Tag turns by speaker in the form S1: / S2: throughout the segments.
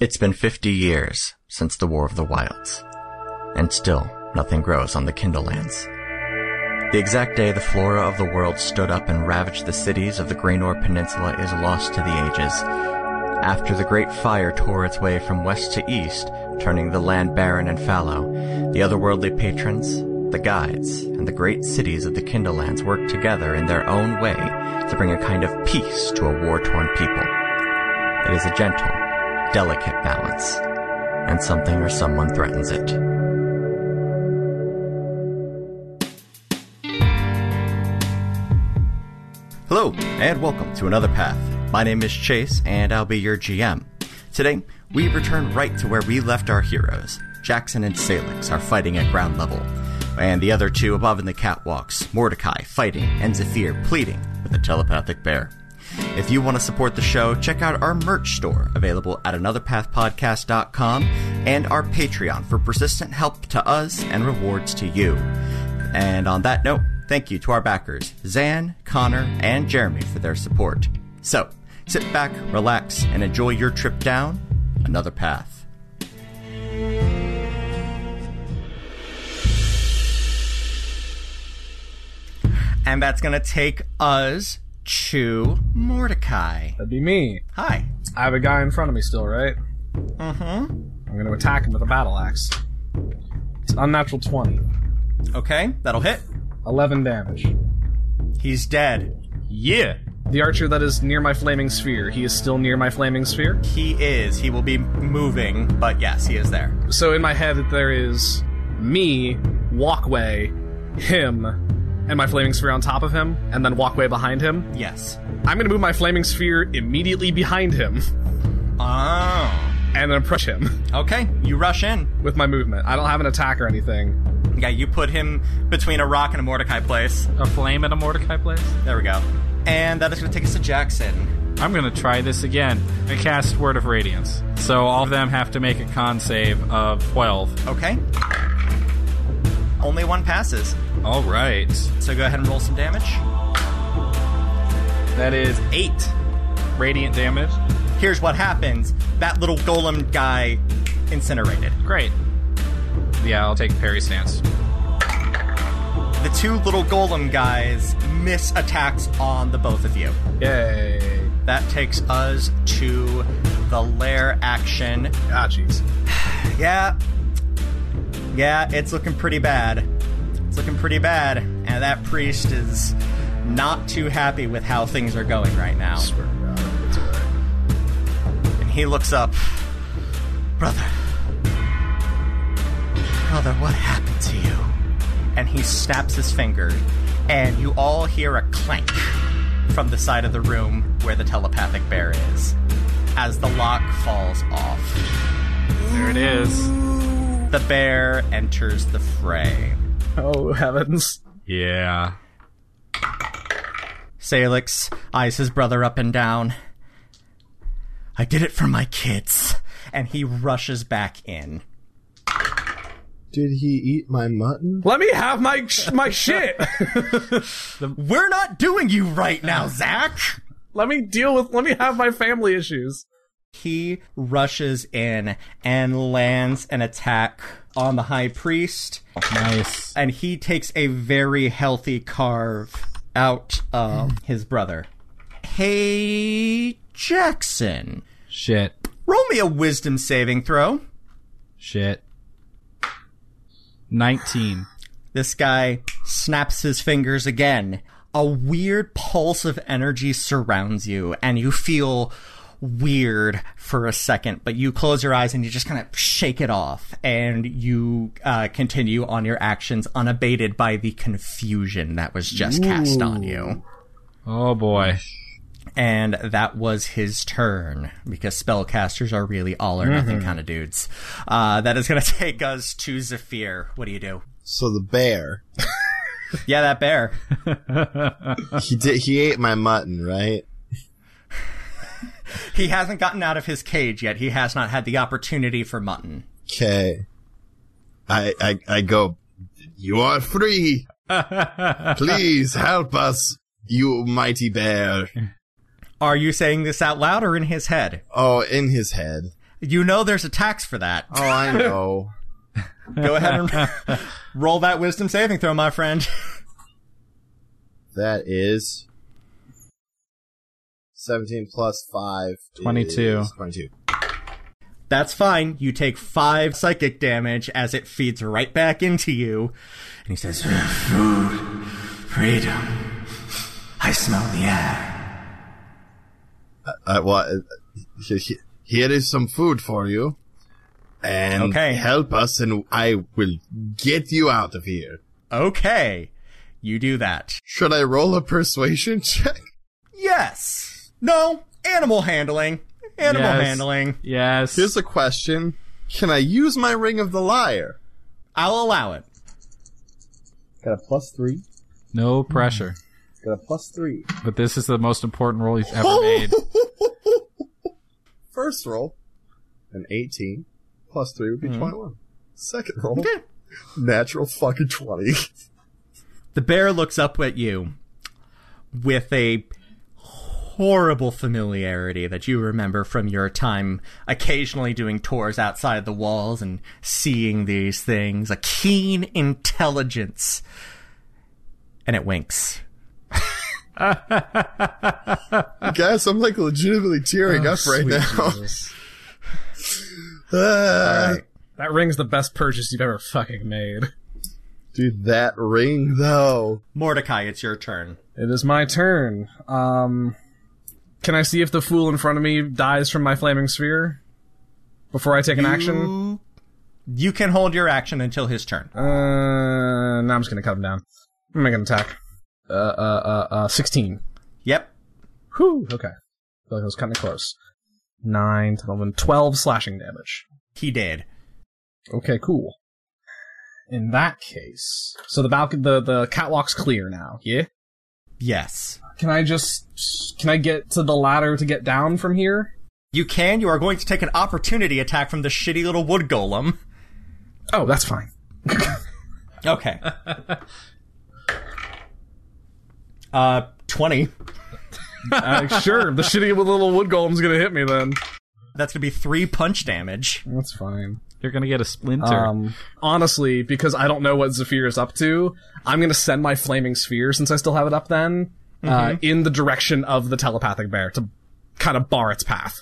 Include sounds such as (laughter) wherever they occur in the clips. S1: It's been 50 years since the War of the Wilds, and still nothing grows on the Kindlelands. The exact day the flora of the world stood up and ravaged the cities of the Greenor Peninsula is lost to the ages. After the Great Fire tore its way from west to east, turning the land barren and fallow, the otherworldly patrons, the guides, and the great cities of the Kindlelands worked together in their own way to bring a kind of peace to a war-torn people. It is a gentle, delicate balance, and something or someone threatens it. Hello, and welcome to Another Path. My name is Chase, and I'll be your GM. Today, we return right to where we left our heroes. Jackson and Salix are fighting at ground level, and the other two above in the catwalks, Mordecai fighting and Zephyr pleading with a telepathic bear. If you want to support the show, check out our merch store available at anotherpathpodcast.com and our Patreon for persistent help to us and rewards to you. And on that note, thank you to our backers, Zan, Connor, and Jeremy for their support. So, sit back, relax, and enjoy your trip down another path. And that's going to take us to Mordecai.
S2: That'd be me.
S1: Hi.
S2: I have a guy in front of me still, right?
S1: Mm-hmm.
S2: I'm gonna attack him with a battle axe. It's an unnatural 20.
S1: Okay, that'll hit.
S2: 11 damage.
S1: He's dead. Yeah.
S2: The archer that is near my flaming sphere, he is still near my flaming sphere.
S1: He is. He will be moving, but yes, he is there.
S2: So in my head, there is me, walkway, him, and my flaming sphere on top of him, and then walkway behind him.
S1: Yes.
S2: I'm gonna move my flaming sphere immediately behind him,
S1: Oh.
S2: and then approach him (laughs)
S1: Okay, you rush in.
S2: with my movement. I don't have an attack or anything.
S1: Yeah, you put him between a rock and a Mordecai place.
S3: a flame at a Mordecai place?
S1: There we go. And that is going to take us to Jackson.
S3: I'm gonna try this again. I cast Word of Radiance. So all of them have to make a con save of 12.
S1: Okay. Only one passes.
S3: Alright.
S1: So go ahead and roll some damage.
S3: That is 8 radiant damage.
S1: Here's what happens that little golem guy incinerated.
S3: Great. Yeah, I'll take parry stance.
S1: The two little golem guys miss attacks on the both of you.
S2: Yay.
S1: That takes us to the lair action.
S2: Ah, jeez.
S1: Yeah. Yeah, it's looking pretty bad. It's looking pretty bad. And that priest is not too happy with how things are going right now.
S2: Swear to God, it's alright.
S1: And he looks up. Brother. Brother, what happened to you? And he snaps his finger, and you all hear a clank from the side of the room where the telepathic bear is as the lock falls off.
S3: There it is.
S1: The bear enters the fray.
S2: Oh, heavens.
S3: Yeah.
S1: Salix eyes his brother up and down. I did it for my kids. And he rushes back in.
S4: Did he eat my mutton?
S2: Let me have my sh- (laughs) my shit.
S1: We're not doing you right now, Zach!
S2: let me deal with. Let me have my family issues.
S1: He rushes in and lands an attack on the high priest,
S3: Nice.
S1: and he takes a very healthy carve out of his brother. Hey, Jackson,
S3: Shit.
S1: roll me a wisdom saving throw.
S3: Shit. 19.
S1: This guy snaps his fingers again. A weird pulse of energy surrounds you, and you feel weird for a second, but you close your eyes and you just kind of shake it off, and you uh, continue on your actions unabated by the confusion that was just cast on you.
S3: Oh boy.
S1: And that was his turn, because spellcasters are really all or nothing kind of dudes. Uh, that is going to (laughs) take us to Zephyr. What do you do?
S4: So the bear.
S1: Yeah, that bear.
S4: He did. He ate my mutton, right?
S1: He hasn't gotten out of his cage yet. He has not had the opportunity for mutton.
S4: Okay. I I I go. You are free. Please help us, you mighty bear.
S1: Are you saying this out loud or in his head?
S4: Oh, in his head.
S1: You know there's a tax for that.
S4: Oh, I know.
S1: Go ahead and (laughs) roll that wisdom saving throw, my friend.
S4: that is 17 plus 5. is
S3: 22.
S4: 22.
S1: That's fine. You take five psychic damage as it feeds right back into you. And he says, (sighs) Food, freedom. I smell the air.
S4: Uh, well, uh, he- he- here is some food for you. And
S1: Okay.
S4: help us, and I will get you out of here.
S1: Okay. You do that.
S4: Should I roll a persuasion (laughs) check?
S1: Yes. No. Animal handling. Animal
S3: Yes.
S1: handling.
S3: Yes.
S4: Here's a question Can I use my Ring of the Liar?
S1: I'll allow it.
S4: Got a plus three.
S3: no pressure.
S4: Got a plus three.
S3: But this is the most important roll he's ever made.
S4: First roll, Mm-hmm. an 18. Plus three would be 21. Second roll,
S1: Okay.
S4: (laughs) natural fucking (laughs) 20.
S1: The bear looks up at you with a horrible familiarity that you remember from your time occasionally doing tours outside the walls and seeing these things. A keen intelligence. And it winks.
S4: Guys, I'm like legitimately tearing up right now. (laughs) Ah,
S2: That ring's the best purchase you've ever fucking made.
S4: Dude, that ring though.
S1: Mordecai, it's your turn.
S2: It is my turn. Um, can I see if the fool in front of me dies from my flaming sphere before I take an action?
S1: You- You can hold your action until his turn.
S2: Uh, no, I'm just gonna cut him down. I'm making an attack. Uh, uh, uh, uh, 16.
S1: Yep.
S2: Whew, okay. I feel like I was kind of close. 9, 11, 12 slashing damage.
S1: He did.
S2: Okay, cool. In that case, so the balcony, the, the catwalk's clear now, yeah?
S1: Yes.
S2: Can I just, can I get to the ladder to get down from here?
S1: You can. You are going to take an opportunity attack from the shitty little wood golem.
S2: Oh, that's fine.
S1: Okay. (laughs) uh, 20.
S2: Uh, sure, the shitty little wood golem's gonna hit me then.
S1: That's going to be three punch damage.
S2: That's fine.
S3: You're gonna get a splinter.
S2: Um, honestly, because I don't know what Zephyr is up to, I'm gonna send my flaming sphere, since I still have it up then, uh, in the direction of the telepathic bear to kind of bar its path.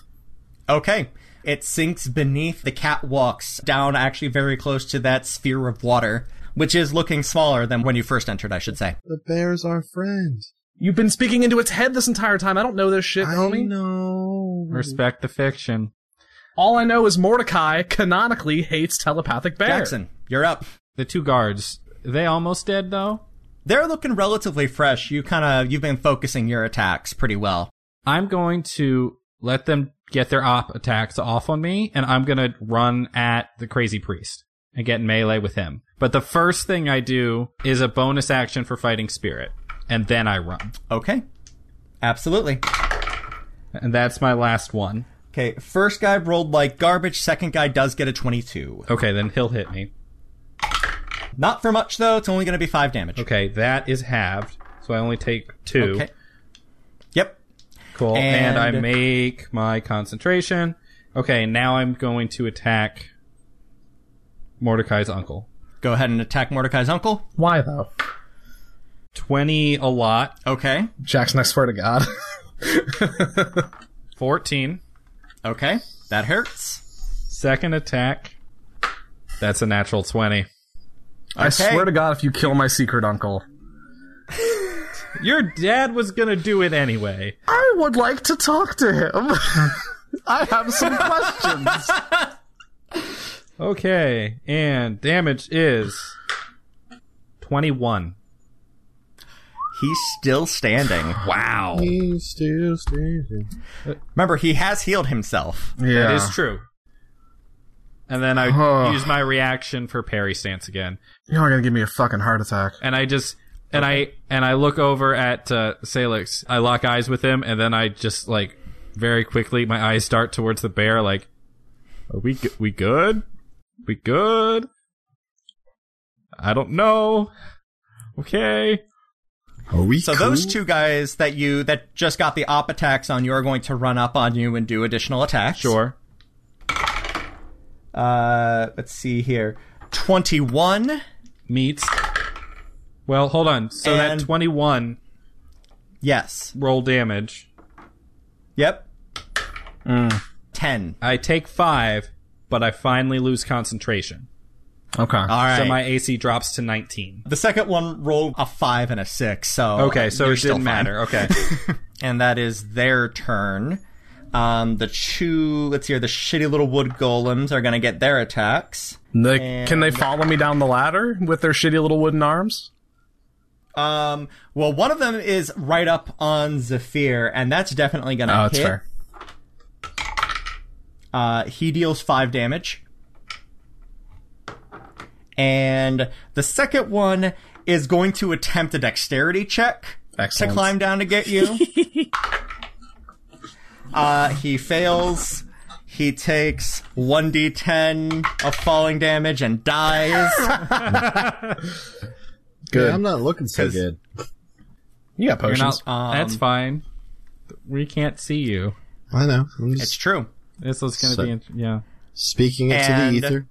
S1: Okay. It sinks beneath the catwalks, down actually very close to that sphere of water, which is looking smaller than when you first entered, I should say.
S4: The bear's our friend.
S2: You've been speaking into its head this entire time. I don't know this shit,
S4: I
S2: homie.
S4: know.
S3: Respect the fiction.
S2: All I know is Mordecai canonically hates telepathic bear.
S1: Jackson, you're up.
S3: The two guards. They almost dead though.
S1: They're looking relatively fresh. You kind of you've been focusing your attacks pretty well.
S3: I'm going to let them get their op attacks off on me, and I'm gonna run at the crazy priest and get in melee with him. But the first thing I do is a bonus action for fighting spirit, and then I run.
S1: Okay. Absolutely.
S3: And that's my last one.
S1: Okay, first guy rolled like garbage, second guy does get a 22.
S3: Okay, then he'll hit me.
S1: Not for much though, it's only going to be 5 damage.
S3: Okay, that is halved, so I only take two.
S1: Okay. Yep.
S3: Cool. And, I
S1: And-
S3: make my concentration. Okay, now I'm going to attack Mordecai's uncle.
S1: Go ahead and attack Mordecai's uncle.
S2: Why though?
S3: 20 a lot.
S1: Okay.
S2: Jackson, I swear to God.
S3: 14.
S1: Okay. That hurts.
S3: Second attack. That's a natural 20.
S2: (laughs) I
S1: Okay.
S2: swear to God, if you kill my secret uncle,
S3: Your dad was going to do it anyway.
S2: I would like to talk to him. (laughs) I have some questions.
S3: Okay, and damage is 21.
S1: He's still standing.
S3: Wow.
S4: He's still standing.
S1: Remember, he has healed himself.
S2: (laughs) yeah.
S3: That is true. And then I
S2: Huh.
S3: use my reaction for parry stance again.
S2: You're not gonna give me a fucking heart attack.
S3: and I just and I and I look over at uh, Salix. I lock eyes with him, and then I just like very quickly my eyes dart towards the bear. Like, are we g- we good? We good? I don't know. Okay.
S4: Are we
S1: So those two guys that you that just got the op attacks on you are going to run up on you and do additional attacks.
S3: Sure.
S1: Uh, let's see here. 21.
S3: Meets. Well, hold on. So
S1: And-
S3: that 21
S1: Yes.
S3: roll damage.
S1: Yep.
S3: Mm.
S1: 10.
S3: I take 5, but I finally lose concentration.
S2: Okay.
S1: All right.
S3: So my AC drops to 19.
S1: the second one rolled a 5 and a 6, so.
S3: Okay, so
S1: you're
S3: it
S1: still
S3: didn't
S1: fine.
S3: matter. Okay.
S1: (laughs) and that is their turn. Um, the two, let's hear the shitty little wood golems are gonna get their attacks.
S2: They-
S1: And-
S2: can they follow me down the ladder with their shitty little wooden arms?
S1: Um, well, one of them is right up on Zephyr, and that's definitely gonna
S2: Oh,
S1: hit.
S2: that's fair.
S1: Uh, he deals five damage. And the second one is going to attempt a dexterity check
S2: Excellent.
S1: to climb down to get you. uh, he fails. He takes 1d10 of falling damage and dies.
S2: Good.
S4: I'm not looking so good.
S2: you got
S3: You're
S2: potions.
S3: not,
S4: um,
S3: that's fine. We can't see you.
S4: I know. I'm
S1: it's
S4: just
S1: true.
S3: This is going to
S4: So-
S3: be. in- Yeah.
S4: speaking it
S1: And-
S4: to the ether.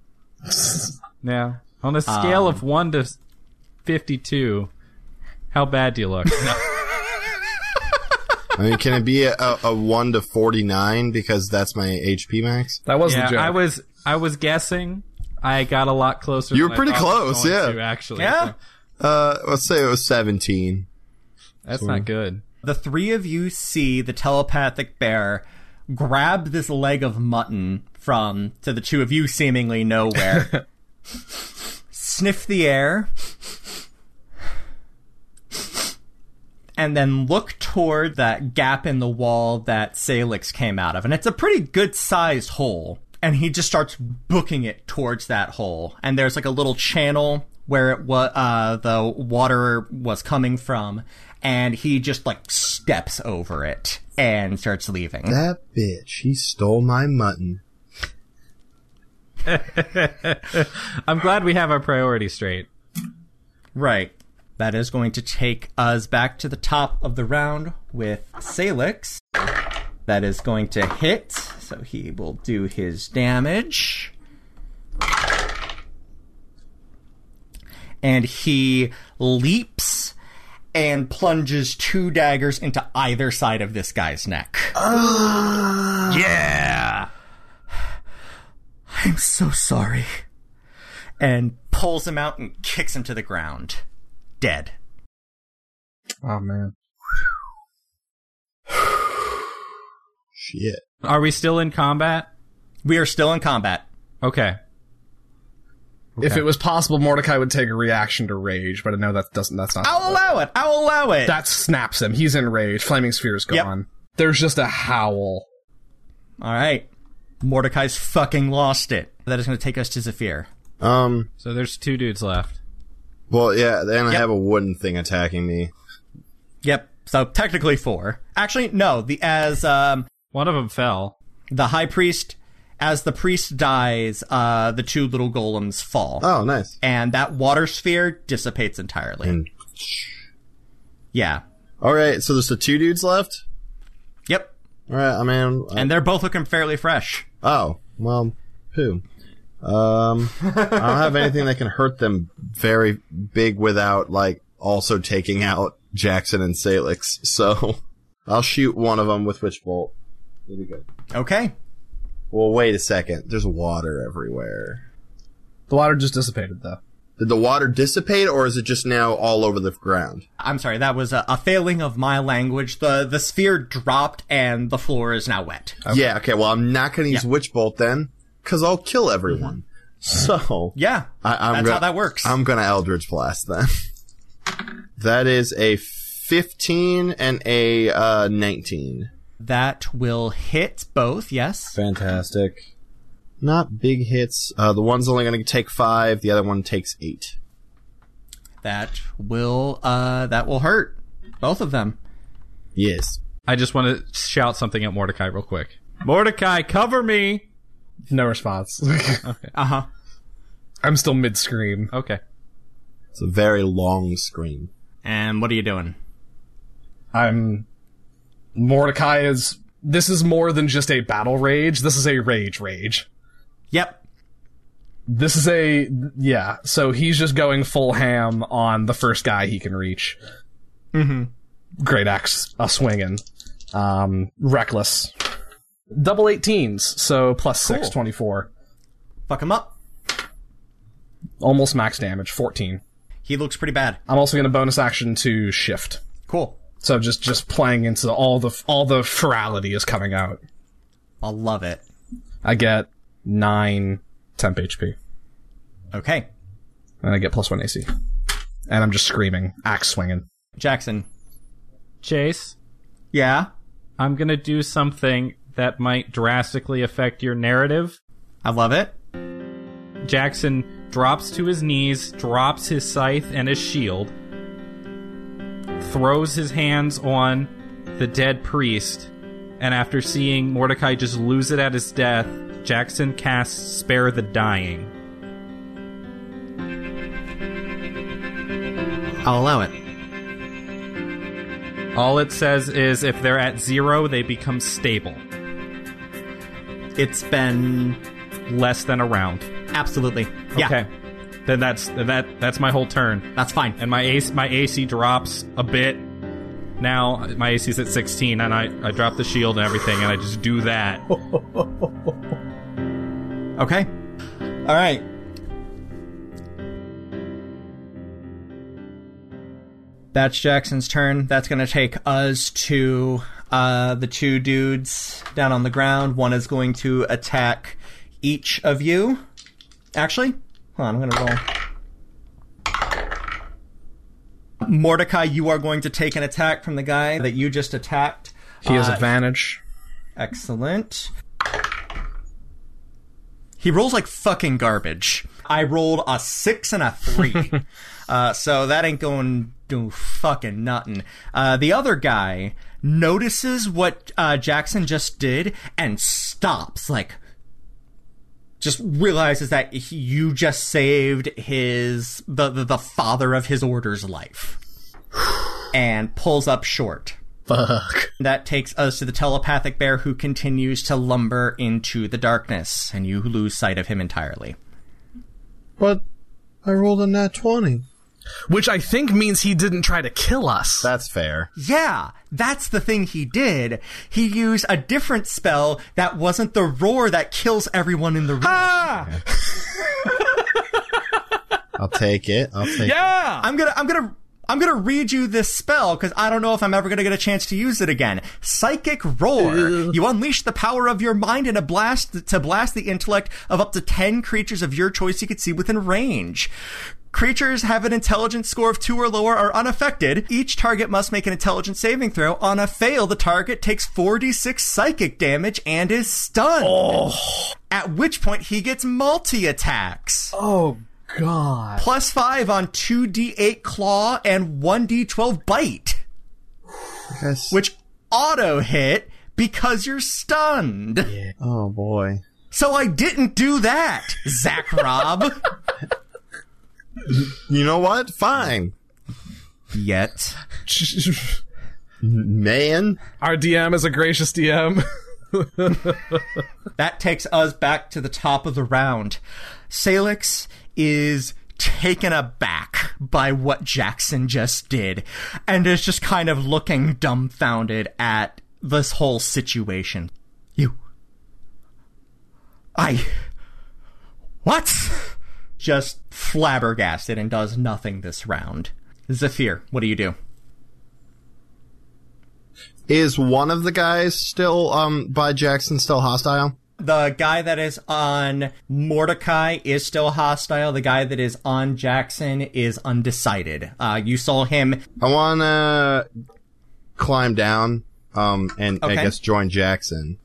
S3: Yeah. On a
S4: Um,
S3: scale of 1 to 52, how bad do you
S4: (laughs)
S3: look?
S4: I mean, can it be a, a, a 1 to 49 because that's my HP max?
S2: that wasn't
S3: yeah,
S2: a joke.
S3: I was I was guessing. I got a lot closer.
S4: You were
S3: than I
S4: pretty
S3: thought I was
S4: close,
S3: going
S4: yeah.
S3: to, actually,
S1: Yeah.
S3: So
S4: Uh, let's say it was 17.
S3: that's not good.
S1: the three of you see the telepathic bear grab this leg of mutton from to the two of you seemingly nowhere sniff the air and then look toward that gap in the wall that salix came out of and it's a pretty good sized hole and he just starts booking it towards that hole and there's like a little channel where it was uh, the water was coming from and he just like steps over it and starts leaving
S4: That bitch, he stole my
S1: (sighs)
S4: mutton.
S3: I'm glad we have our priorities straight.
S1: Right. That is going to take us back to the top of the round with Salix. That is going to hit, so he will do his damage. And he leaps and plunges two daggers into either side of this guy's neck. yeah! (sighs) I'm so sorry and pulls him out and kicks him to the ground. Dead.
S2: oh man.
S4: Shit.
S3: Are we still in combat?
S1: We are still in combat.
S3: Okay.
S2: If it was possible, Mordecai would take a reaction to rage, but I know that doesn't. That's not.
S1: I'll allow it. I'll allow it.
S2: That snaps him. He's in rage. Flaming sphere is
S1: Yep.
S2: gone. There's just a howl.
S1: All right. Mordecai's fucking lost it. That is going to take us to Zephyr.
S4: Um,
S3: So there's two dudes left.
S4: well, yeah, and I
S1: Yep.
S4: have a wooden thing attacking me.
S1: Yep. So technically four. Actually, no. The as um,
S3: One of them fell.
S1: the high priest, as the priest dies, uh, the two little golems fall,
S4: Oh, nice.
S1: and that water sphere dissipates entirely.
S4: And-
S1: Yeah.
S4: Alright, so there's the two dudes left?
S1: Yep.
S4: Alright, I mean, I-
S1: And they're both looking fairly fresh.
S4: Oh, well, who? Um, I don't have anything that can hurt them very big without, like, also taking out Jackson and Salix. So, (laughs) I'll shoot one of them with Witchbolt. It'll be good.
S1: Okay.
S4: Well, wait a second. There's water everywhere.
S2: The water just dissipated, though.
S4: Did the water dissipate, or is it just now all over the ground?
S1: I'm sorry, that was a, a failing of my language. The the sphere dropped and the floor is now wet.
S4: Yeah, okay, well, I'm not gonna use Witch Bolt then, cause I'll kill everyone. So.
S1: Yeah.
S4: I, I'm
S1: That's
S4: go-
S1: how that works.
S4: I'm gonna Eldritch Blast then. (laughs) that is a 15 and a uh, 19.
S1: that will hit both, yes.
S4: Fantastic. Not big hits. Uh, the one's only gonna take five. The other one takes eight.
S1: That will uh that will hurt. Both of them.
S4: Yes.
S3: I just want to shout something at Mordecai real quick. Mordecai, cover me.
S1: (laughs)
S2: No response.
S1: Uh-huh.
S2: I'm still mid scream.
S3: Okay.
S4: It's a very long scream.
S1: And what are you doing?
S2: I'm. Mordecai is. This is more than just a battle rage. This is a rage rage.
S1: Yep.
S2: This is a yeah. So he's just going full ham on the first guy he can reach. Mm-hmm. Great axe, a swinging, um, reckless. Double 18s, so plus six,
S1: Cool.
S2: 24.
S1: Fuck him up.
S2: Almost max damage, 14.
S1: He looks pretty bad.
S2: I'm also going to bonus action to shift.
S1: Cool.
S2: So just just playing into all the all the ferality is coming out.
S1: I'll love it.
S2: I get nine temp HP,
S1: Okay.
S2: and I get plus one AC, and I'm just screaming, axe swinging.
S1: Jackson.
S3: Chase,
S1: Yeah?
S3: I'm gonna do something that might drastically affect your narrative.
S1: I love it.
S3: Jackson drops to his knees, drops his scythe and his shield, throws his hands on the dead priest, and after seeing Mordecai just lose it at his death, Jackson casts Spare the Dying.
S1: I'll allow it.
S3: All it says is if they're at zero, they become stable,
S1: It's been.
S3: less than a round.
S1: Absolutely. Yeah.
S3: Okay. Then that's that that's my whole turn.
S1: That's fine.
S3: and my AC, my AC drops a bit. Now my AC's at 16, and I, I drop the shield and everything, and I just do that.
S1: Okay. All right. That's Jackson's turn. That's going to take us to uh, the two dudes down on the ground. One is going to attack each of you. Actually, hold on, I'm going to roll. Mordecai, you are going to take an attack from the guy that you just attacked.
S2: He has
S1: Uh,
S2: advantage.
S1: Excellent. He rolls like fucking garbage. I rolled a six and a three. uh, so that ain't going to fucking nothing. Uh, the other guy notices what uh, Jackson just did and stops, like, just realizes that he, you just saved his, the, the, the father of his order's life. (sighs) and pulls up short.
S2: Fuck.
S1: That takes us to the telepathic bear who continues to lumber into the darkness, and you lose sight of him entirely.
S4: But I rolled a nat 20.
S2: Which I think means he didn't try to kill us.
S4: That's fair.
S1: Yeah, that's the thing he did. He used a different spell that wasn't the roar that kills everyone in the room.
S2: ah,
S4: I'll take it. I'll take it.
S2: yeah.
S1: I'm gonna, I'm gonna, I'm gonna read you this spell because I don't know if I'm ever gonna get a chance to use it again. Psychic roar. You unleash the power of your mind in a blast to blast the intellect of up to ten creatures of your choice you could see within range. Creatures have an intelligence score of two or lower are unaffected. Each target must make an intelligence saving throw. On a fail, the target takes 4d6 psychic damage and is stunned. At which point, he gets multi attacks
S2: Oh god.
S1: plus five on 2d8 claw and 1d12 bite,
S4: Yes.
S1: which auto hit because you're stunned.
S4: oh boy.
S1: So I didn't do that, Zach Rob.
S4: You know what? Fine.
S1: Yet.
S4: Man.
S2: (laughs) Our DM is a gracious (laughs) DM.
S1: That takes us back to the top of the round. Salix is taken aback by what Jackson just did and is just kind of looking dumbfounded at this whole situation. You. I. What? Just flabbergasted and does nothing this round. Zephyr, what do you do?
S4: Is one of the guys still, um, by Jackson still hostile?
S1: The guy that is on Mordecai is still hostile. The guy that is on Jackson is undecided. Uh, you saw him.
S4: I wanna climb down, um, and
S1: Okay.
S4: I guess join Jackson.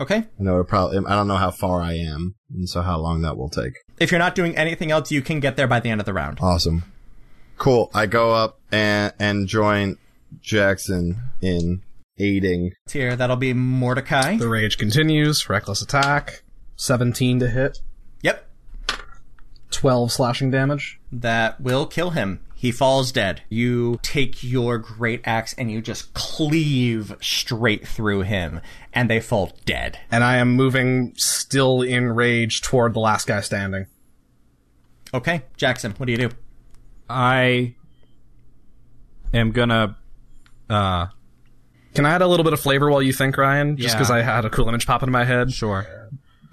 S1: Okay.
S4: I know it probably, I don't know how far I am, and so how long that will take.
S1: If you're not doing anything else, you can get there by the end of the round.
S4: Awesome. Cool. I go up and, and join Jackson in aiding.
S1: Here, that'll be Mordecai.
S2: the rage continues. Reckless attack. 17 to hit.
S1: Yep.
S2: 12 slashing damage.
S1: That will kill him. He falls dead. You take your great axe and you just cleave straight through him, and they fall dead.
S2: and I am moving still in rage toward the last guy standing.
S1: Okay, Jackson, what do you do?
S3: I am gonna. Uh,
S2: Can I add a little bit of flavor while you think, Ryan? Just
S3: Yeah.
S2: because I had a cool image pop into my head.
S3: sure.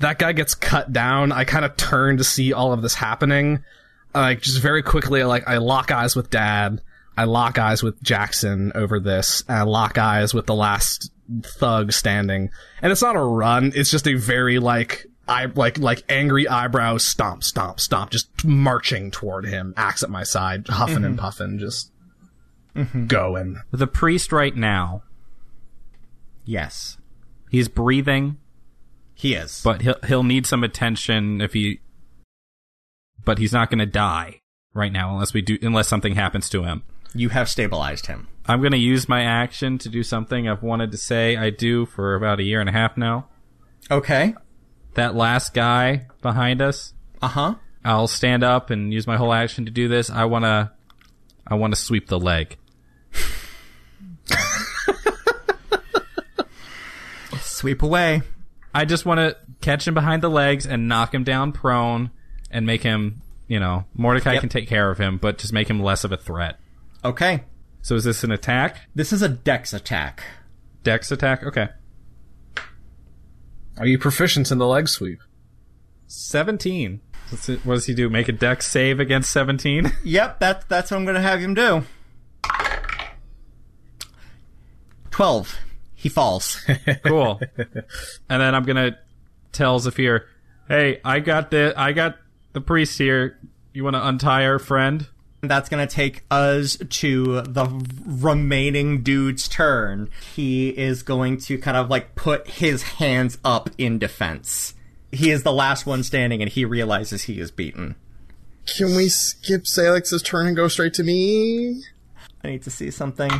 S2: That guy gets cut down. I kind of turn to see all of this happening. Like just very quickly, like I lock eyes with Dad. I lock eyes with Jackson over this, and I lock eyes with the last thug standing. And it's not a run. It's just a very like I like like angry eyebrows, stomp, stomp, stomp, just marching toward him, axe at my side, huffing and puffing, just Mm-hmm. going.
S3: The priest right now,
S1: Yes,
S3: he's breathing,
S1: he is.
S3: but he'll he'll need some attention if he. But he's not gonna die right now unless we do unless something happens to him.
S1: you have stabilized him.
S3: I'm gonna use my action to do something I've wanted to say I do for about a year and a half now.
S1: Okay.
S3: That last guy behind us,
S1: Uh huh.
S3: I'll stand up and use my whole action to do this. I wanna, I wanna sweep the leg.
S1: Sweep away.
S3: I just want to catch him behind the legs and knock him down prone and make him, you know, Mordecai
S1: Yep.
S3: can take care of him, but just make him less of a threat.
S1: Okay.
S3: So is this an attack?
S1: This is a dex attack.
S3: Dex attack? Okay.
S2: Are you proficient in the leg sweep?
S3: 17. What's it- what does he do? Make a dex save against 17?
S1: Yep, that's that's what I'm gonna have him do. Twelve. He (laughs) falls.
S3: (laughs) cool. And then I'm going to tell Zafir, hey, I got the, I got the priest here. You want to untie our friend?
S1: that's gonna take us to the remaining dude's turn. He is going to kind of like put his hands up in defense. He is the last one standing, and he realizes he is beaten.
S4: Can we skip Salix's turn and go straight to me?
S1: I need to see something.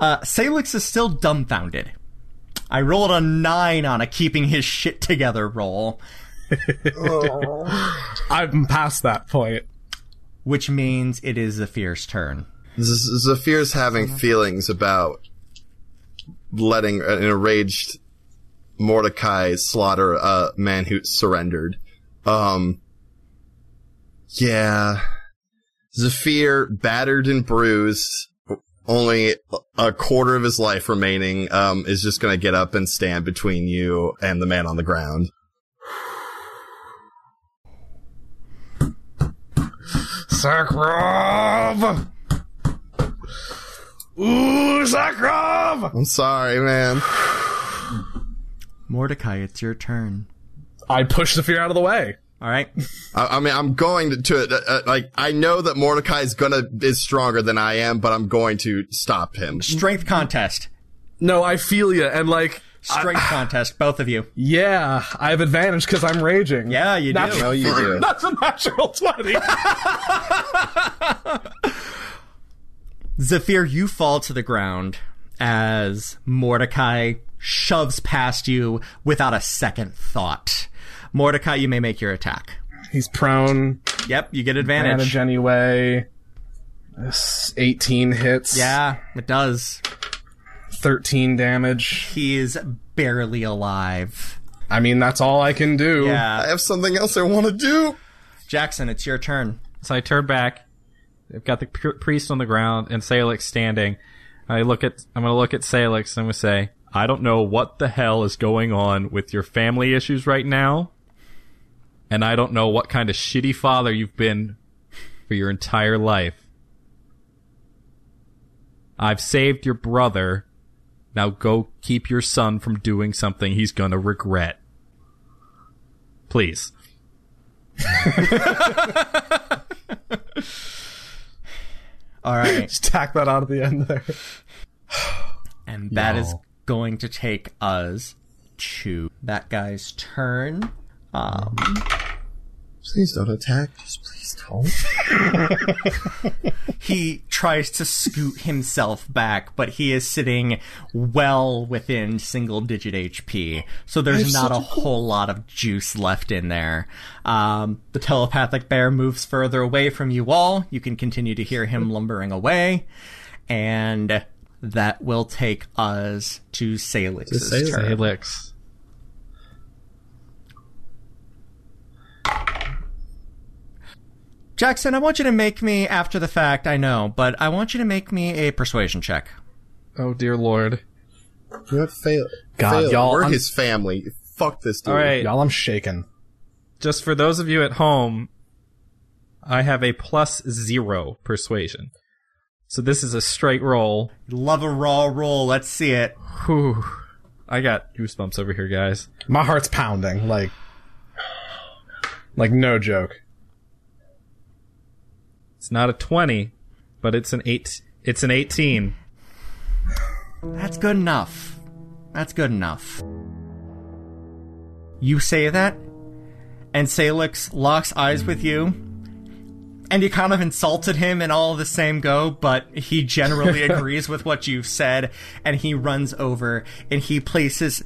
S1: Uh, Salix is still dumbfounded. I rolled a nine on a keeping his shit together roll.
S2: I'm past that point.
S1: which means it is Zephyr's turn.
S4: Z- Zephyr's having feelings about letting uh, an enraged Mordecai slaughter a man who surrendered. Um, yeah. Zephyr, battered and bruised, only a quarter of his life remaining, um, is just gonna get up and stand between you and the man on the ground.
S2: Sakrov! Ooh, Sakrov!
S4: I'm sorry, man.
S1: Mordecai, it's your turn.
S2: I push the fear out of the way.
S1: All right.
S4: I, I mean, I'm going to, to uh, uh, like, I know that Mordecai is gonna, is stronger than I am, but I'm going to stop (laughs) him.
S1: Strength contest.
S2: No, I feel you, and like,
S1: Strength contest, both of you.
S2: yeah, I have advantage because I'm raging.
S1: Yeah, you do.
S2: Natural-
S4: you
S2: (laughs)
S4: do.
S2: That's a natural (laughs) 20.
S1: Zephyr, you fall to the ground as Mordecai shoves past you without a second thought. Mordecai, you may make your attack.
S2: He's prone,
S1: Yep, you get
S2: advantage
S1: advantage.
S2: anyway. This 18 hits,
S1: Yeah, it does.
S2: 13 damage.
S1: He is barely alive.
S2: I mean, that's all I can do.
S4: I
S1: Yeah.
S4: have something else I want to do.
S1: Uh, Jackson, it's your turn.
S3: So I turn back. I've got the pr- priest on the ground and Salix standing. I look at. I'm gonna look at Salix. and I'm gonna say, I don't know what the hell is going on with your family issues right now, and I don't know what kind of shitty father you've been for your entire life. I've saved your brother. Now go keep your son from doing something he's gonna regret. Please.
S1: All right.
S2: Just tack that out at the end there.
S1: And that is
S3: No.
S1: going to take us to that guy's turn. Um,
S4: Please don't attack. Just please don't.
S1: He tries to scoot himself back, but he is sitting well within single digit HP. So there's not a whole lot of juice left in there. Um, the telepathic bear moves further away from you all. You can continue to hear him lumbering away. And that will take us to Salix's
S4: Salix.
S1: turn.
S3: Salix.
S1: Jackson, I want you to make me, after the fact, I know, but I want you to make me a persuasion check.
S3: Oh dear lord.
S4: You have fail.
S2: God,
S4: fail.
S2: y'all,
S4: We're
S2: I'm-
S4: his family. Fuck this dude.
S3: All right.
S2: Y'all, I'm shaking.
S3: Just for those of you at home, I have a plus zero persuasion. So this is a straight roll.
S1: Love a raw roll. Let's see it.
S3: Whew. I got goosebumps over here, guys.
S2: My heart's pounding, like, (sighs) like no joke.
S3: It's not a twenty, but it's an eight. It's an eighteen.
S1: That's good enough. That's good enough. You say that, and Salix locks eyes with you, and you kind of insulted him in all the same go, but he generally agrees with what you've said, and he runs over and he places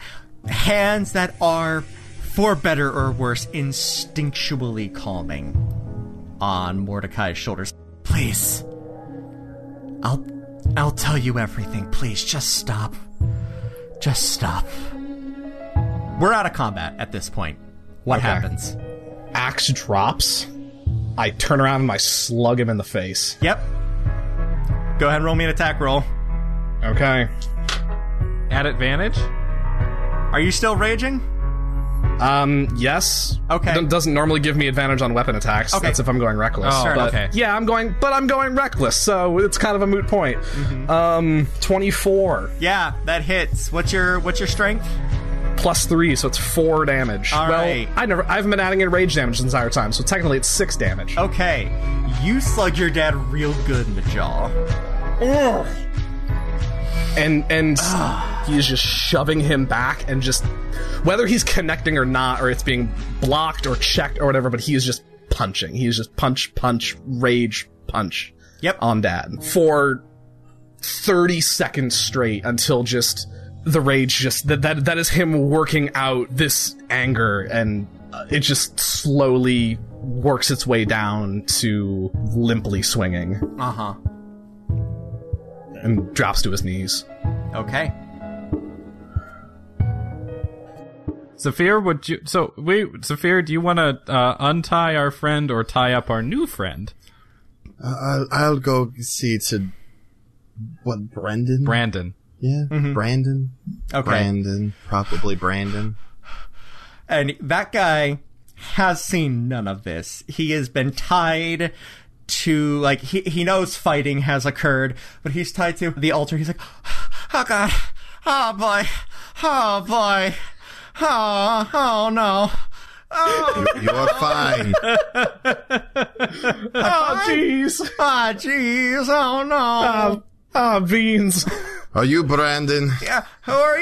S1: hands that are, for better or worse, instinctually calming on Mordecai's shoulders. Please, I'll I'll tell you everything. Please just stop. Just stop. We're out of combat at this point. What
S2: Okay.
S1: happens?
S2: Axe drops. I turn around and I slug him in the face.
S1: Yep. Go ahead and roll me an attack roll.
S2: Okay.
S3: At advantage?
S1: Are you still raging?
S2: Um. Yes.
S1: Okay.
S2: It doesn't normally give me advantage on weapon attacks.
S1: Okay.
S2: That's if I'm going reckless.
S3: Oh,
S2: but
S3: okay.
S2: yeah, I'm going, but I'm going reckless, so it's kind of a moot point.
S1: Mm-hmm.
S2: Um, 24
S1: Yeah, that hits. What's your what's your strength?
S2: plus three, so it's four damage.
S1: All
S2: well,
S1: right.
S2: I never, I haven't been adding in rage damage this entire time, so technically it's six damage.
S1: Okay. You slug your dad real good in the jaw.
S2: and and he is just shoving him back and just whether he's connecting or not or it's being blocked or checked or whatever but he is just punching he is just punch punch rage punch
S1: Yep.
S2: on dad for 30 seconds straight until just the rage just that that, that is him working out this anger and uh, it just slowly works its way down to limply swinging
S1: Uh-huh.
S2: and drops to his knees
S1: Okay.
S3: Zafir, would you? So wait, Zafir, do you want to uh, untie our friend or tie up our new friend,
S4: I'll, I'll go see to what Brendan.
S3: Brandon?
S4: yeah,
S2: Mm-hmm.
S4: Brandon.
S1: Okay.
S4: Brandon, probably Brandon.
S1: And that guy has seen none of this. He has been tied to, like, he, he knows fighting has occurred, but he's tied to the altar. He's like, (sighs) oh god, oh boy, oh boy, oh, oh no. Oh,
S4: You (laughs) are fine.
S2: jeez
S1: ah, jeez, oh no.
S2: Ah, beans.
S4: Are you Brandon?
S1: Yeah, who are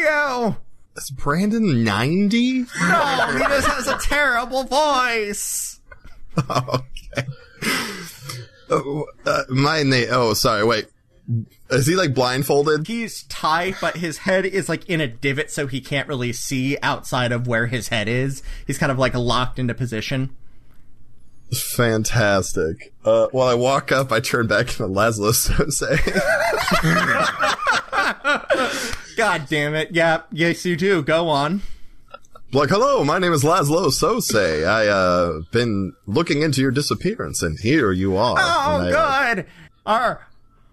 S1: you?
S4: Is Brandon ninety?
S1: No, he just has a terrible voice.
S4: okay. Oh, uh, my name. Oh, sorry. Wait. Is he like blindfolded?
S1: He's tied, but his head is like in a divot, so he can't really see outside of where his head is. He's kind of like locked into position.
S4: Fantastic. Uh, while I walk up, I turn back into (laughs) Lazarus Jose.
S1: God damn it. Yeah, yes, you do. Go on.
S4: like, hello, my name is Laszlo Sose. I, uh, been looking into your disappearance, and here you are.
S1: Oh,
S4: And I, uh,
S1: good. Are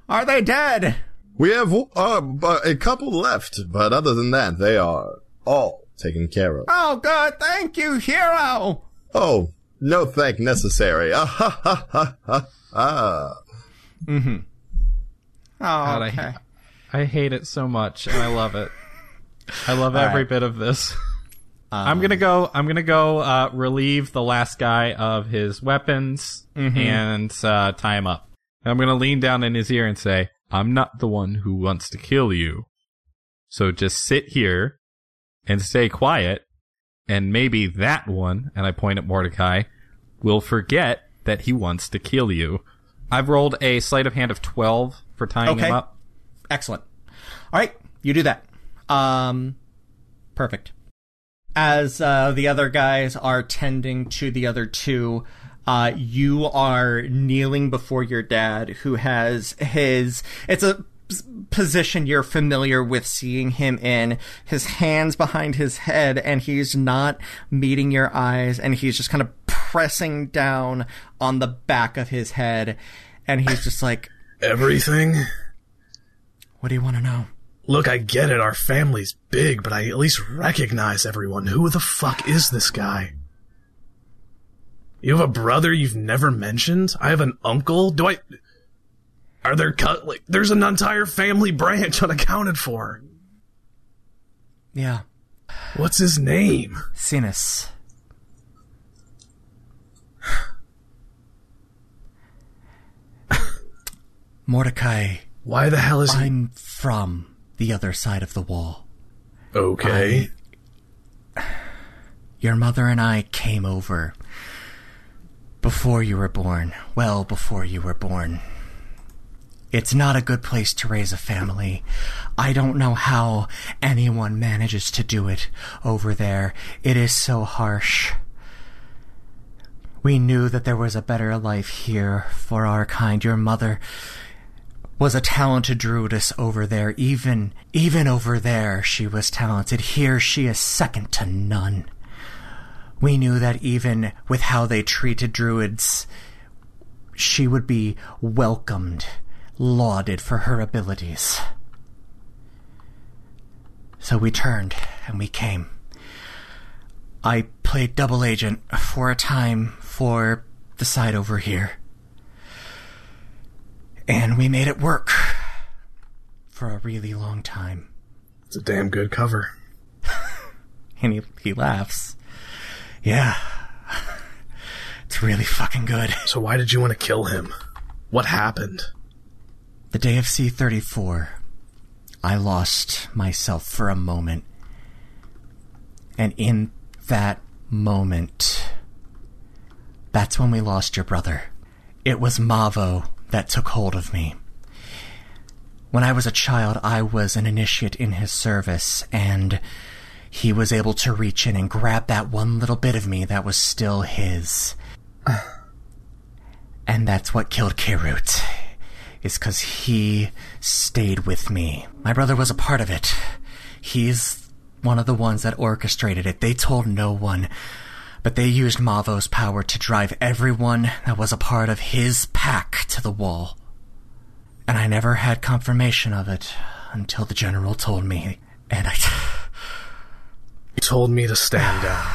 S1: are they dead?
S4: We have uh, bu- a couple left, but other than that, they are all taken care of.
S1: Oh, good. Thank you, hero.
S4: Oh, no thank necessary. Ah, ha, ha, ha, ha, ha.
S1: Oh,
S3: I
S1: okay.
S3: I hate it so much, and I love it. I love every bit of this. I'm gonna go. I'm gonna go uh, relieve the last guy of his weapons and uh, tie him up. And I'm gonna lean down in his ear and say, "I'm not the one who wants to kill you, so just sit here and stay quiet, and maybe that one." And I point at Mordecai will forget that he wants to kill you. I've rolled a sleight of hand of 12 for tying
S1: Okay.
S3: him up.
S1: Excellent. All right, you do that. Um, perfect. As uh, the other guys are tending to the other two, uh, you are kneeling before your dad, who has his. It's a s- position you're familiar with seeing him in his hands behind his head and he's not meeting your eyes and he's just kind of pressing down on the back of his head and he's just like
S5: Everything?
S1: what do you want to know
S5: Look, I get it. Our family's big, but I at least recognize everyone. Who the fuck is this guy? You have a brother you've never mentioned? I have an uncle? Do I. Are there cut. Like, there's an entire family branch (laughs) unaccounted for.
S1: yeah
S5: What's his name?
S1: Sinus. Mordecai,
S5: Why the hell is he.
S1: I'm from the other side of the wall.
S5: Okay.
S1: Your mother and I came over before you were born. Well, before you were born. It's not a good place to raise a family. I don't know how anyone manages to do it over there. It is so harsh. We knew that there was a better life here for our kind. Your mother was a talented druidess over there. Even even over there she was talented. Here she is second to none. We knew that even with how they treated druids, she would be welcomed, lauded for her abilities. So we turned and we came. I played double agent for a time for the side over here. And we made it work for a really long time.
S5: It's a damn good cover.
S1: And he, he laughs. Yeah. (laughs) it's really fucking good.
S5: So why did you want to kill him? What happened?
S1: The day of C34, I lost myself for a moment. And in that moment, that's when we lost your brother. It was Mavo that took hold of me. When I was a child, I was an initiate in his service, and he was able to reach in and grab that one little bit of me that was still his. (sighs) and that's what killed Kirut is because he stayed with me. My brother was a part of it. He's one of the ones that orchestrated it. They told no one, but they used Mavo's power to drive everyone that was a part of his pack to the wall. And I never had confirmation of it until the general told me. And I. (sighs)
S5: You told me to stand down.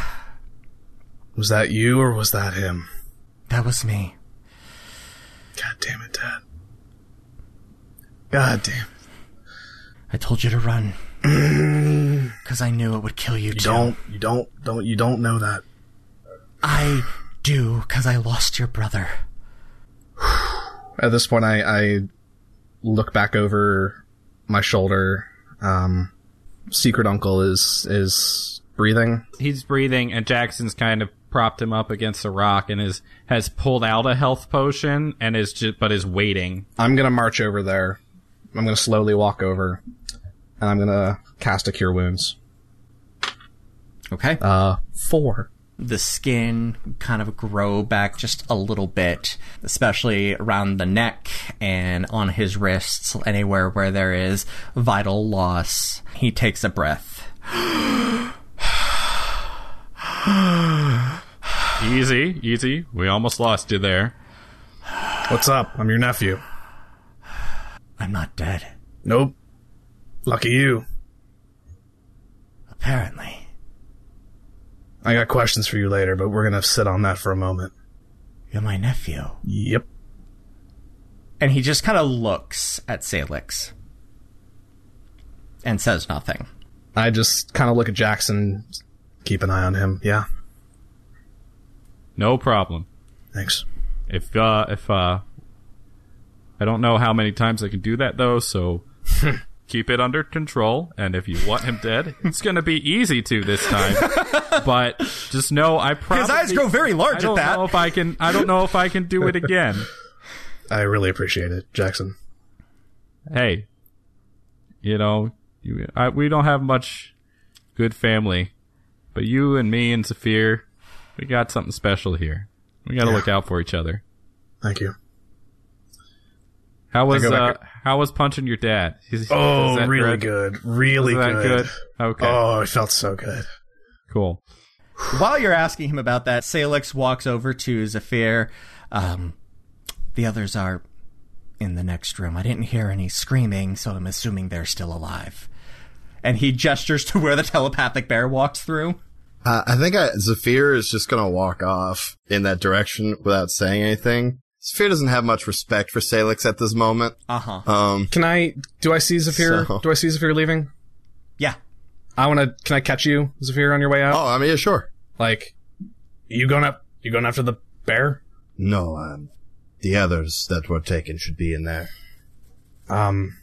S5: Was that you or was that him?
S1: that was me.
S5: God damn it, Dad. God damn.
S1: I told you to run. Because I knew it would kill you,
S5: You
S1: too.
S5: don't, you don't, don't, you don't know that.
S1: I do, because I lost your brother.
S2: At this point, I, I look back over my shoulder. Um, secret uncle is is breathing.
S3: He's breathing, and Jackson's kind of propped him up against a rock and is has pulled out a health potion and is just but is waiting.
S2: I'm gonna march over there. I'm gonna slowly walk over, and I'm gonna cast a cure wounds.
S1: Okay.
S2: Uh, four.
S1: the skin kind of grow back just a little bit, especially around the neck and on his wrists, anywhere where there is vital loss. He takes a breath.
S3: Easy, easy. We almost lost you there.
S5: What's up? I'm your nephew.
S1: I'm not dead,
S5: Nope. Lucky you.
S1: apparently.
S5: I got questions for you later, but we're gonna sit on that for a moment.
S1: You're my nephew.
S5: Yep.
S1: And he just kind of looks at Salix and says nothing.
S2: I just kind of look at Jackson.
S5: Keep an eye on him. Yeah.
S3: No problem.
S5: Thanks.
S3: If uh if uh I don't know how many times I can do that though, so keep it under control. And if you want him dead, it's going to be easy to this time. but just know I probably
S1: His eyes grow very
S3: I
S1: large at
S3: don't
S1: that.
S3: know if I can. I don't know if I can do it again.
S2: I really appreciate it, Jackson.
S3: hey, you know, you, I, we don't have much good family, but you and me and Saphir, we got something special here. We got to look out for each other.
S2: Thank you.
S3: How was
S6: go
S3: uh,
S6: back-
S3: how was punching your dad? Is- is
S2: Oh,
S3: that
S2: really
S3: good?
S2: good. Really
S3: Is that
S2: good.
S3: good? Okay,
S2: Oh, it felt so good.
S3: cool.
S1: While you're asking him about that, Salix walks over to Zephyr. Um, the others are in the next room. I didn't hear any screaming, so I'm assuming they're still alive. And he gestures to where the telepathic bear walks through.
S4: Uh, I think I, Zafir is just gonna walk off in that direction without saying anything. Zafir doesn't have much respect for Salix at this moment.
S1: Uh huh.
S4: Um,
S6: Can I? Do I see Zafir?
S4: So-
S6: Do I see Zafir leaving?
S1: Yeah.
S6: I want to. Can I catch you, Zafir, on your way out?
S4: oh, I mean, yeah, sure.
S6: Like, you going up? You going after the bear?
S4: No, um, the others that were taken should be in there.
S2: Um,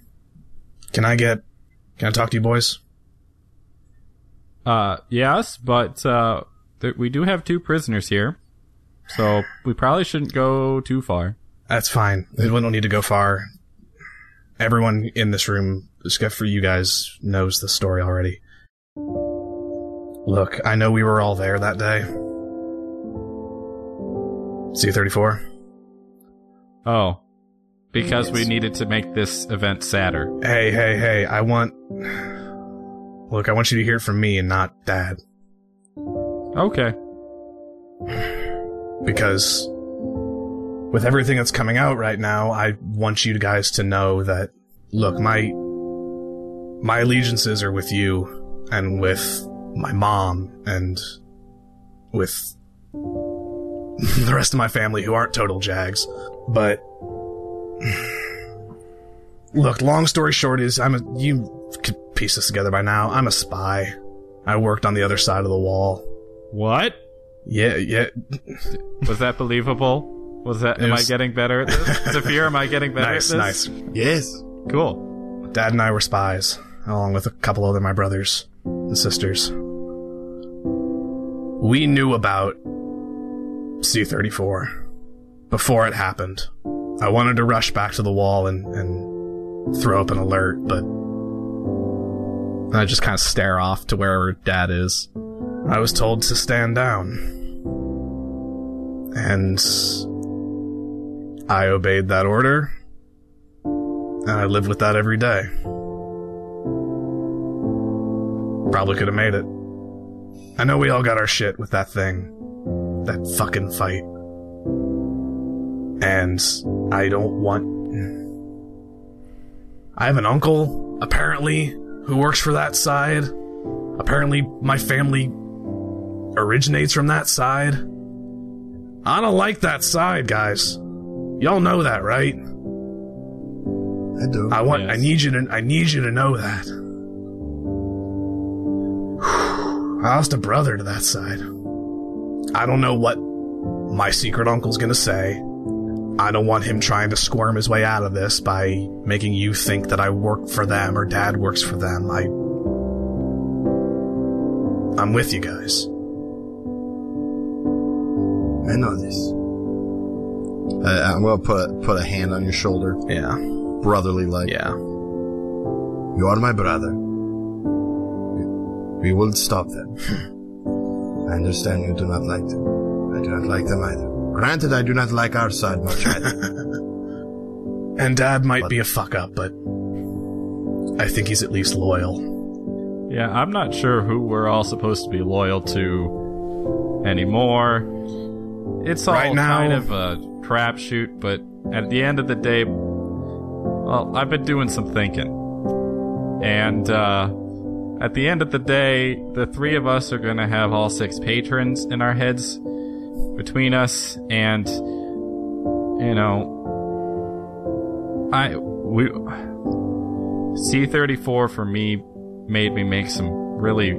S2: can I get? Can I talk to you boys?
S3: Uh, yes, but uh, th- we do have two prisoners here, so we probably shouldn't go too far.
S2: That's fine. We don't need to go far. Everyone in this room, except for you guys, knows the story already. Look, I know we were all there that day. C34?
S3: Oh, because we needed to make this event sadder.
S2: Hey, hey, hey, I want. Look, I want you to hear it from me and not Dad.
S3: Okay.
S2: because with everything that's coming out right now, I want you guys to know that look, my my allegiances are with you and with my mom and with (laughs) the rest of my family who aren't total jags. But (sighs) look, long story short is I'm a you could piece this together by now. I'm a spy. I worked on the other side of the wall.
S3: What?
S2: Yeah, yeah,
S3: Was that believable? Was that? Am I
S2: was-
S3: getting better at this? Zafir, am I getting better
S2: nice,
S3: at
S2: nice.
S3: this?
S4: Yes.
S3: Nice. Cool.
S2: Dad and I were spies, along with a couple other my brothers and sisters. We knew about C34 before it happened. I wanted to rush back to the wall and, and throw up an alert, but
S6: And I just kind of stare off to wherever Dad is.
S2: I was told to stand down. And I obeyed that order. And I live with that every day. Probably could have made it. I know we all got our shit with that thing. That fucking fight. And I don't want. I have an uncle, apparently, who works for that side. Apparently, my family originates from that side. I don't like that side, guys. Y'all know that, right?
S4: I do.
S2: I want. I
S3: Yes.
S2: need you to. I need you to know that. I lost a brother to that side. I don't know what my secret uncle's gonna say. I don't want him trying to squirm his way out of this by making you think that I work for them or Dad works for them. I. I'm with you guys.
S4: I know this. I, I'm gonna put a, put a hand on your shoulder,
S2: Yeah.
S4: brotherly like.
S2: Yeah.
S4: You are my brother. We will stop them.
S2: (laughs)
S4: I understand you do not like them. I do not like them either. Granted, I do not like our side much either.
S2: (laughs) And dad might
S4: But-
S2: be a fuck up, but I think he's at least loyal.
S3: Yeah, I'm not sure who we're all supposed to be loyal to anymore. It's all
S2: Right now-
S3: kind of a crapshoot, but at the end of the day, well, I've been doing some thinking, and uh, at the end of the day, the three of us are going to have all six patrons in our heads between us, and you know, I we C34 for me made me make some really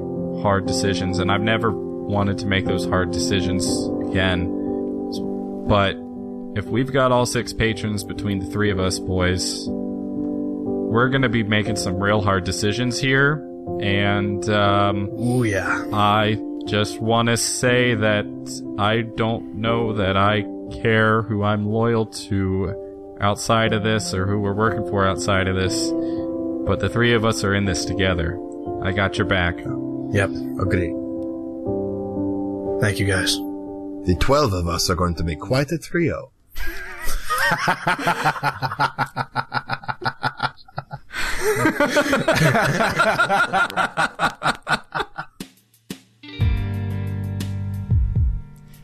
S3: hard decisions, and I've never wanted to make those hard decisions again. But if we've got all six patrons between the three of us, boys, we're going to be making some real hard decisions here. And um,
S5: Ooh, yeah.
S3: I just want to say that I don't know that I care who I'm loyal to outside of this or who we're working for outside of this. But the three of us are in this together. I got your back.
S5: Yep.
S4: Agree.
S5: Thank you guys.
S4: The 12 of us are going to be quite a trio.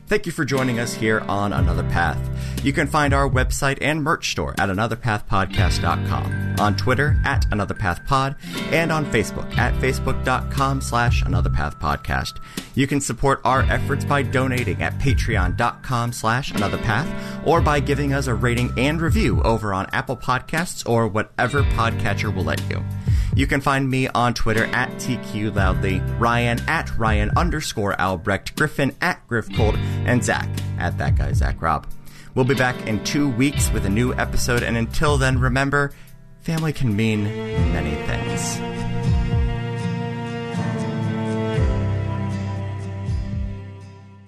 S1: Thank you for joining us here on Another Path. You can find our website and merch store at anotherpathpodcast.com, on Twitter at anotherpathpod, and on Facebook at facebook.com slash anotherpathpodcast. You can support our efforts by donating at patreon.com slash anotherpath, or by giving us a rating and review over on Apple Podcasts or whatever podcatcher will let you. You can find me on Twitter at TQ Loudly, Ryan at Ryan underscore Albrecht, Griffin at Griffcold, and Zach at that guy Zach Rob. We'll be back in two weeks with a new episode, and until then, remember, family can mean many things.